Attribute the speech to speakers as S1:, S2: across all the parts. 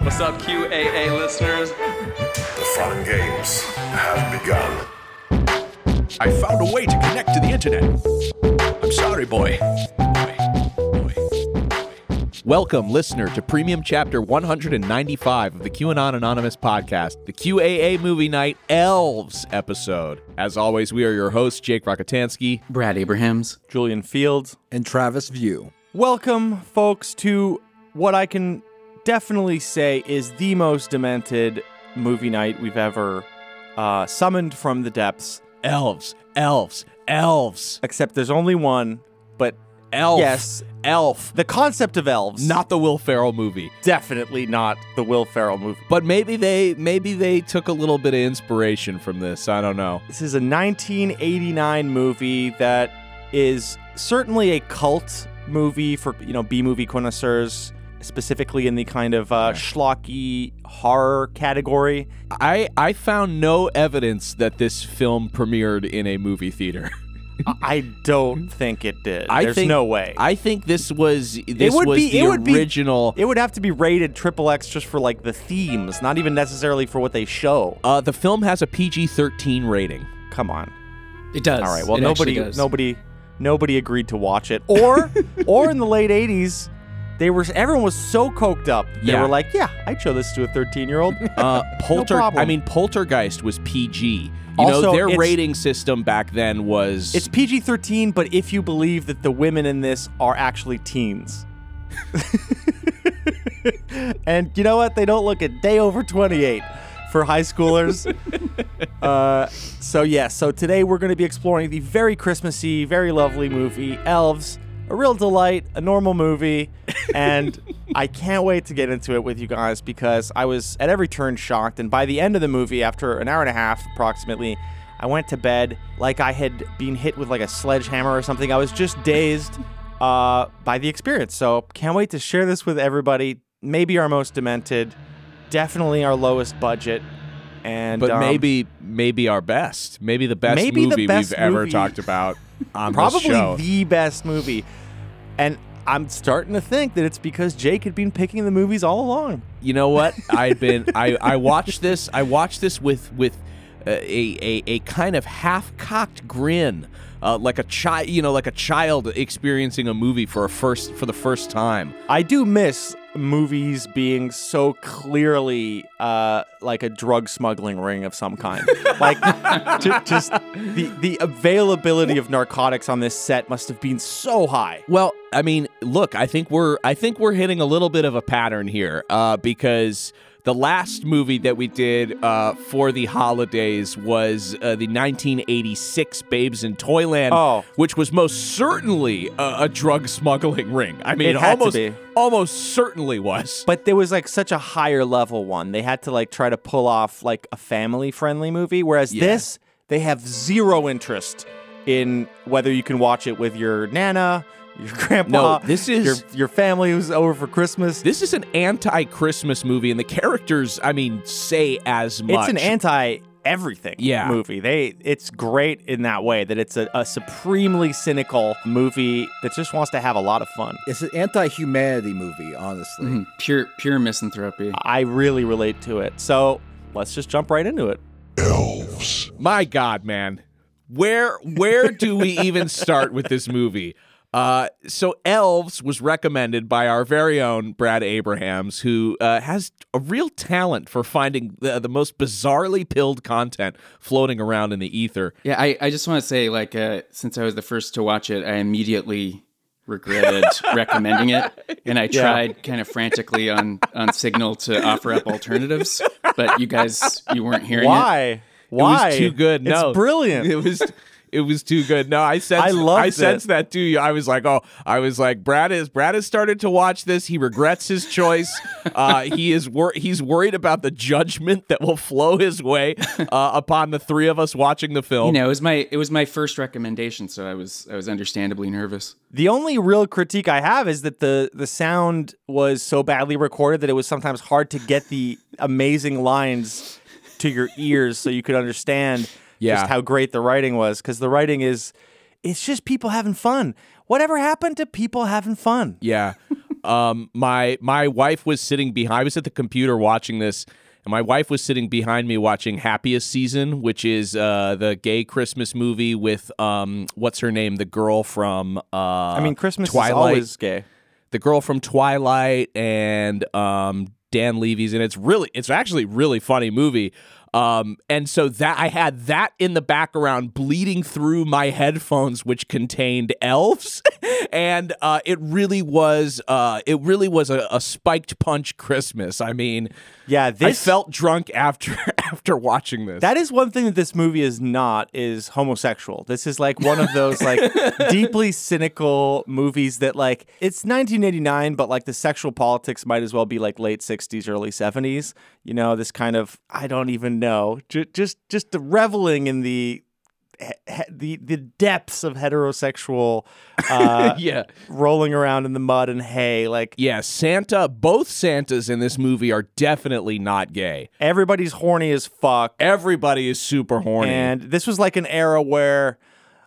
S1: What's up, QAA listeners?
S2: The fun games have begun.
S3: I found a way to connect to the internet. I'm sorry, boy. Boy. Boy.
S4: Welcome, listener, to Premium Chapter 195 of the QAnon Anonymous podcast, the QAA Movie Night Elves episode. As always, we are your hosts, Jake Rakotansky.
S5: Brad Abrahams.
S6: Julian Fields.
S7: and Travis View.
S6: Welcome, folks, to what I can definitely say is the most demented movie night we've ever uh, summoned from the depths.
S4: Elves, elves, elves,
S6: Except there's only one, but
S4: elf,
S6: Yes.
S4: elf.
S6: the concept of elves
S4: Not the Will Ferrell movie,
S6: definitely not the Will Ferrell movie.
S4: but maybe they maybe they took a little bit of inspiration from this. I don't know.
S6: This is a 1989 movie that is certainly a cult movie for you know B movie connoisseurs, specifically in the kind of uh, schlocky horror category.
S4: I I found no evidence that this film premiered in a movie theater.
S6: I- I don't think it did.
S4: Hmm? I
S6: There's
S4: think-
S6: no way.
S4: I think this was this
S6: would
S4: was
S6: be-
S4: the
S6: it would be-
S4: original.
S6: it would have to be rated triple X just for like the themes, not even necessarily for what they show.
S4: Uh, the film has a PG 13 rating.
S6: Come on.
S5: It does.
S6: All right. Well,
S5: It actually
S6: nobody,
S5: does.
S6: nobody, nobody agreed to watch it. Or, or in the late '80s, they were everyone was so coked up. They
S4: Yeah.
S6: were like, "Yeah, I'd show this to a 13-year-old."
S4: Uh, Polter,
S6: problem.
S4: I mean, Poltergeist was PG. You know,
S6: Also,
S4: their
S6: it's-
S4: rating system back then was.
S6: it's PG-13, but if you believe that the women in this are actually teens. and you know what? They don't look a day over 28 for high schoolers. uh, so, yeah, so today we're going to be exploring the very Christmassy, very lovely movie, Elves. A real delight, a normal movie. And I can't wait to get into it with you guys because I was at every turn shocked. And by the end of the movie, after an hour and a half approximately, I went to bed like I had been hit with like a sledgehammer or something. I was just dazed uh, by the experience. So can't wait to share this with everybody. Maybe our most demented, definitely our lowest budget, and
S4: but
S6: um,
S4: maybe maybe our best. Maybe the best
S6: Maybe the
S4: movie
S6: best
S4: we've ever
S6: movie.
S4: talked about on
S6: probably
S4: this show.
S6: the best movie. And I'm starting to think that it's because Jake had been picking the movies all along.
S4: you know what? I'd been. I, I watched this. I watched this with with uh, a, a a kind of half cocked grin, uh, like a child. You know, like a child experiencing a movie for a first for the first time.
S6: I do miss movies being so clearly uh, like a drug smuggling ring of some kind. like, ju- just the the availability of narcotics on this set must have been so high.
S4: Well, I mean, look, I think we're I think we're hitting a little bit of a pattern here uh, because the last movie that we did uh, for the holidays was uh, the 1986 Babes in Toyland,
S6: Oh.
S4: which was most certainly a, a drug smuggling ring. I mean,
S6: It had to
S4: almost
S6: be.
S4: almost certainly was.
S6: But there was like such a higher level one. They had to like try to pull off like a family friendly movie. Whereas this, they have zero interest in whether you can watch it with your nana, your grandpa,
S4: No, this
S6: your,
S4: is-
S6: your family who's over for Christmas.
S4: this is an anti-Christmas movie, and the characters, I mean, say as much.
S6: It's an anti everything
S4: Yeah.
S6: movie. They it's great in that way that it's a, a supremely cynical movie that just wants to have a lot of fun.
S7: It's an anti-humanity movie, honestly.
S5: Mhm. Pure, pure misanthropy.
S6: I really relate to it. So let's just jump right into it.
S2: Elves.
S4: My God, man, where where do we even start with this movie? Uh, so, Elves was recommended by our very own Brad Abrahams, who uh, has a real talent for finding the, the most bizarrely pilled content floating around in the ether.
S5: Yeah, I, I just want to say, like, uh, since I was the first to watch it, I immediately regretted recommending it, and I tried kind of frantically on on Signal to offer up alternatives, but you guys, you weren't hearing it.
S6: Why?
S4: It
S6: Why?
S4: was too good. No,
S6: It's brilliant.
S4: It was. It was too good. No, I sense.
S6: I loved
S4: I
S6: it.
S4: sense that too. I was like, oh, I was like, Brad is. Brad has started to watch this. He regrets his choice. Uh, he is. Wor- he's worried about the judgment that will flow his way uh, upon the three of us watching the film.
S5: You know, it was my it was my first recommendation, so I was I was understandably nervous.
S6: The only real critique I have is that the the sound was so badly recorded that it was sometimes hard to get the amazing lines to your ears so you could understand
S4: Yeah.
S6: just how great the writing was cuz the writing is it's just people having fun. Whatever happened to people having fun?
S4: Yeah. Um, my my wife was sitting behind. I was at the computer watching this, and my wife was sitting behind me watching Happiest Season, which is uh, the gay Christmas movie with um, what's her name, the girl from. Uh, I
S6: I mean, Christmas
S4: Twilight,
S6: is always gay.
S4: the girl from Twilight and um, Dan Levy's, and it's really, it's actually really funny movie. Um, and so that I had that in the background bleeding through my headphones, which contained elves, and uh, it really was, uh, it really was a, a spiked punch Christmas. I mean,
S6: Yeah,
S4: I
S6: this
S4: felt drunk after after watching this.
S6: That is one thing that this movie is not is homosexual. This is like one of those like deeply cynical movies that like it's 1989, but like the sexual politics might as well be like late 60s, early 70s. You know, this kind of I don't even know, Ju- just just the reveling in the he- he- the the depths of heterosexual uh,
S4: yeah.
S6: rolling around in the mud and hay. Like
S4: Yeah, Santa, both Santas in this movie are definitely not gay.
S6: everybody's horny as fuck.
S4: Everybody is super horny.
S6: And this was like an era where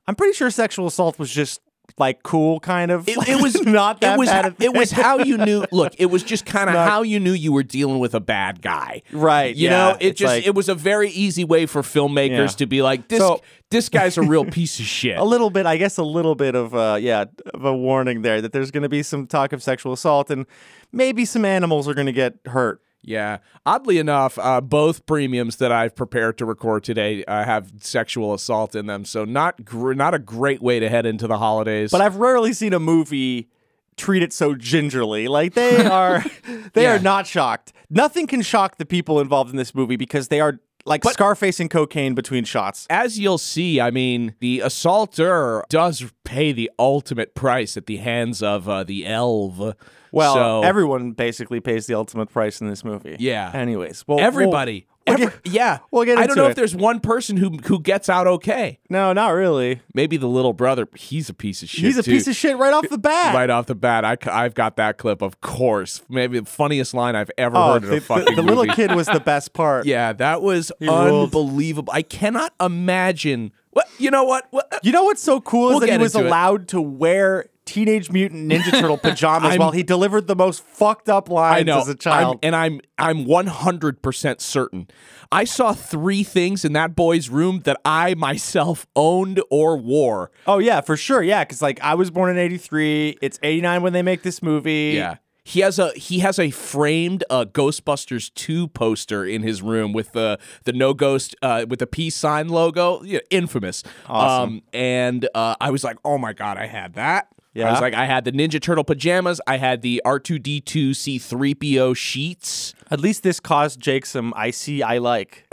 S6: I'm pretty sure sexual assault was just like cool, kind of.
S4: It, it was
S6: not that
S4: it was,
S6: bad. a
S4: It was
S6: thing.
S4: how you knew. Look, it was just kind of
S6: Not-
S4: how you knew you were dealing with a bad guy,
S6: Right,
S4: You
S6: yeah,
S4: know, it
S6: it's
S4: just
S6: like-
S4: it was a very easy way for filmmakers
S6: Yeah.
S4: to be like this.
S6: So-
S4: this guy's a real piece of shit.
S6: a little bit, I guess, a little bit of uh, yeah, of a warning there that there's going to be some talk of sexual assault and maybe some animals are going to get hurt.
S4: yeah. Oddly enough, uh, both premiums that I've prepared to record today uh, have sexual assault in them, so not gr- not a great way to head into the holidays.
S6: But I've rarely seen a movie treat it so gingerly. Like they are, they are not shocked. Nothing can shock the people involved in this movie because they are like Scarface and cocaine between shots.
S4: as you'll see, I mean, the assaulter does pay the ultimate price at the hands of uh, the elf.
S6: Well,
S4: so,
S6: everyone basically pays the ultimate price in this movie.
S4: Yeah.
S6: Anyways, well,
S4: Everybody.
S6: we'll- we'll
S4: Every-
S6: get-
S4: yeah.
S6: we'll get
S4: I don't
S6: into
S4: know
S6: it.
S4: if there's one person who who gets out okay.
S6: well, no, not really.
S4: Maybe the little brother. He's a piece of shit.
S6: He's a
S4: too.
S6: piece of shit right off the bat.
S4: Right off the bat, I, c- I've got that clip, of course. Maybe the funniest line I've ever
S6: Oh,
S4: heard in
S6: the,
S4: a fucking
S6: the- the little
S4: movie.
S6: kid was the best part.
S4: Yeah, that was
S6: ruled.
S4: unbelievable. I cannot imagine. What you know? What, what
S6: You know what's so cool
S4: We'll
S6: is that he
S4: get
S6: was
S4: into it.
S6: allowed to wear Teenage Mutant Ninja Turtle pajamas
S4: I'm-
S6: while he delivered the most fucked up lines
S4: I know
S6: as a child.
S4: I'm, and I'm I'm 100 percent certain. I saw three things in that boy's room that I myself owned or wore.
S6: oh yeah, for sure. Yeah, because like I was born in '83. It's '89 when they make this movie.
S4: He has a he has a framed uh, Ghostbusters two poster in his room with the the no ghost uh, with the peace sign logo, yeah, infamous. Awesome. Um, and uh, I was like, oh my god, I had that. I
S6: Yeah.
S4: was like, I had the Ninja Turtle pajamas. I had the R two D two C three PO sheets.
S6: At least this caused Jake some I see, I like.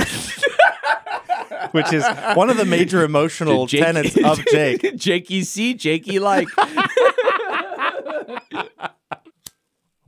S6: Which is one of the major emotional
S4: Jake-
S6: tenets of Jake.
S4: Jakey E C, Jakey like. well,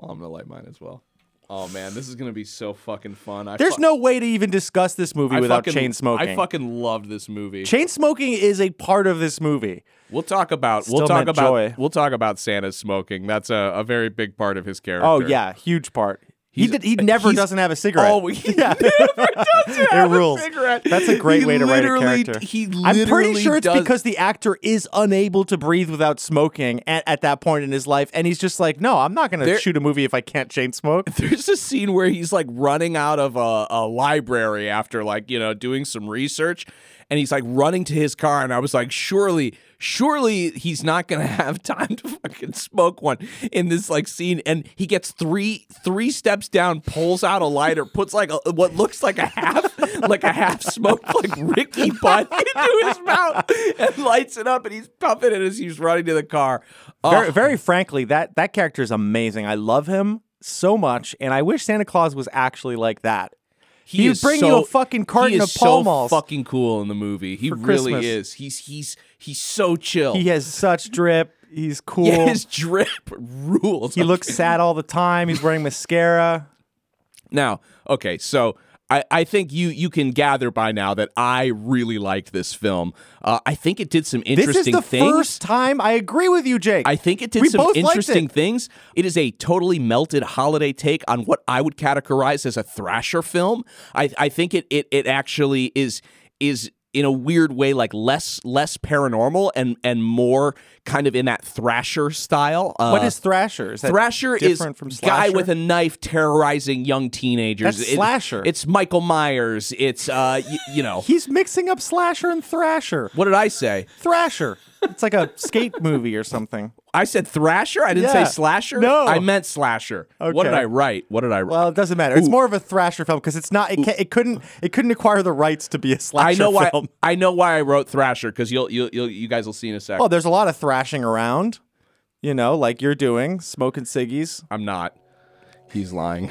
S4: I'm gonna light mine as well. Oh man, this is gonna be so fucking fun. I
S6: There's
S4: fu-
S6: no way to even discuss this movie
S4: I
S6: without
S4: fucking-
S6: chain smoking.
S4: I fucking loved this movie.
S6: chain smoking is a part of this movie.
S4: We'll talk about we'll
S6: Still
S4: talk
S6: meant
S4: about
S6: joy.
S4: we'll talk about Santa's smoking. That's a, a very big part of his character.
S6: Oh yeah, huge part. he
S4: He's-
S6: did, he never
S4: he's-
S6: doesn't have a cigarette.
S4: Oh, he
S6: never does
S4: have
S6: it
S4: a
S6: rules.
S4: cigarette.
S6: That's a great
S4: He
S6: way to write a
S4: literally-
S6: character.
S4: he
S6: I'm pretty
S4: literally
S6: sure it's
S4: does-
S6: because the actor is unable to breathe without smoking at, at that point in his life, and he's just like, no, I'm not going to
S4: There-
S6: shoot a movie if I can't chain smoke.
S4: There's a scene where he's like running out of a, a library after like, you know, doing some research and he's like running to his car and I was like, surely, surely he's not gonna have time to fucking smoke one in this like scene. And he gets three three steps down, pulls out a lighter, puts like a, what looks like a half like a half smoked like Ricky butt into his mouth and lights it up and he's puffing it as he's running to the car. Oh,
S6: very, very frankly, that that character is amazing. I love him so much, and I wish Santa Claus was actually like that. He would
S4: is
S6: bring you a fucking carton
S4: he is
S6: of Pall
S4: so
S6: Malls.
S4: Fucking cool in the movie. He
S6: for
S4: really
S6: Christmas.
S4: is. He's he's he's so chill.
S6: He has such drip. He's cool.
S4: Oh. yeah, his drip rules.
S6: he looks sad all the time. He's wearing mascara.
S4: now. Okay, so. I, I think you you can gather by now that I really liked this film. Uh, I think it did some
S6: This
S4: interesting
S6: is the
S4: things.
S6: first time I agree with you, Jake.
S4: I think it did
S6: We
S4: some
S6: both liked
S4: interesting
S6: it.
S4: things. It is a totally melted holiday take on what I would categorize as a thrasher film. I, I think it, it it actually is is in a weird way like less less paranormal and and more kind of in that thrasher style. Uh,
S6: what is Thrasher? Is that
S4: Thrasher is
S6: different from
S4: guy
S6: slasher?
S4: with a knife terrorizing young teenagers.
S6: That's
S4: It-
S6: slasher.
S4: It's Michael Myers. It's uh, y- you know,
S6: He's mixing up slasher and thrasher.
S4: what did I say?
S6: Thrasher. It's like a skate movie or something.
S4: I said thrasher. I didn't
S6: Yeah.
S4: say slasher.
S6: No.
S4: I meant slasher. What did
S6: Okay.
S4: I write? What did I write?
S6: Well, it doesn't matter. It's more of a thrasher film because it's not. It, ca it couldn't. It couldn't acquire the rights to be a slasher
S4: I know why.
S6: film.
S4: I know why I wrote thrasher because you'll, you'll you'll you guys will see in a second.
S6: Oh, there's a lot of thrashing around. You know, like you're doing, smoking ciggies.
S4: I'm not. He's lying.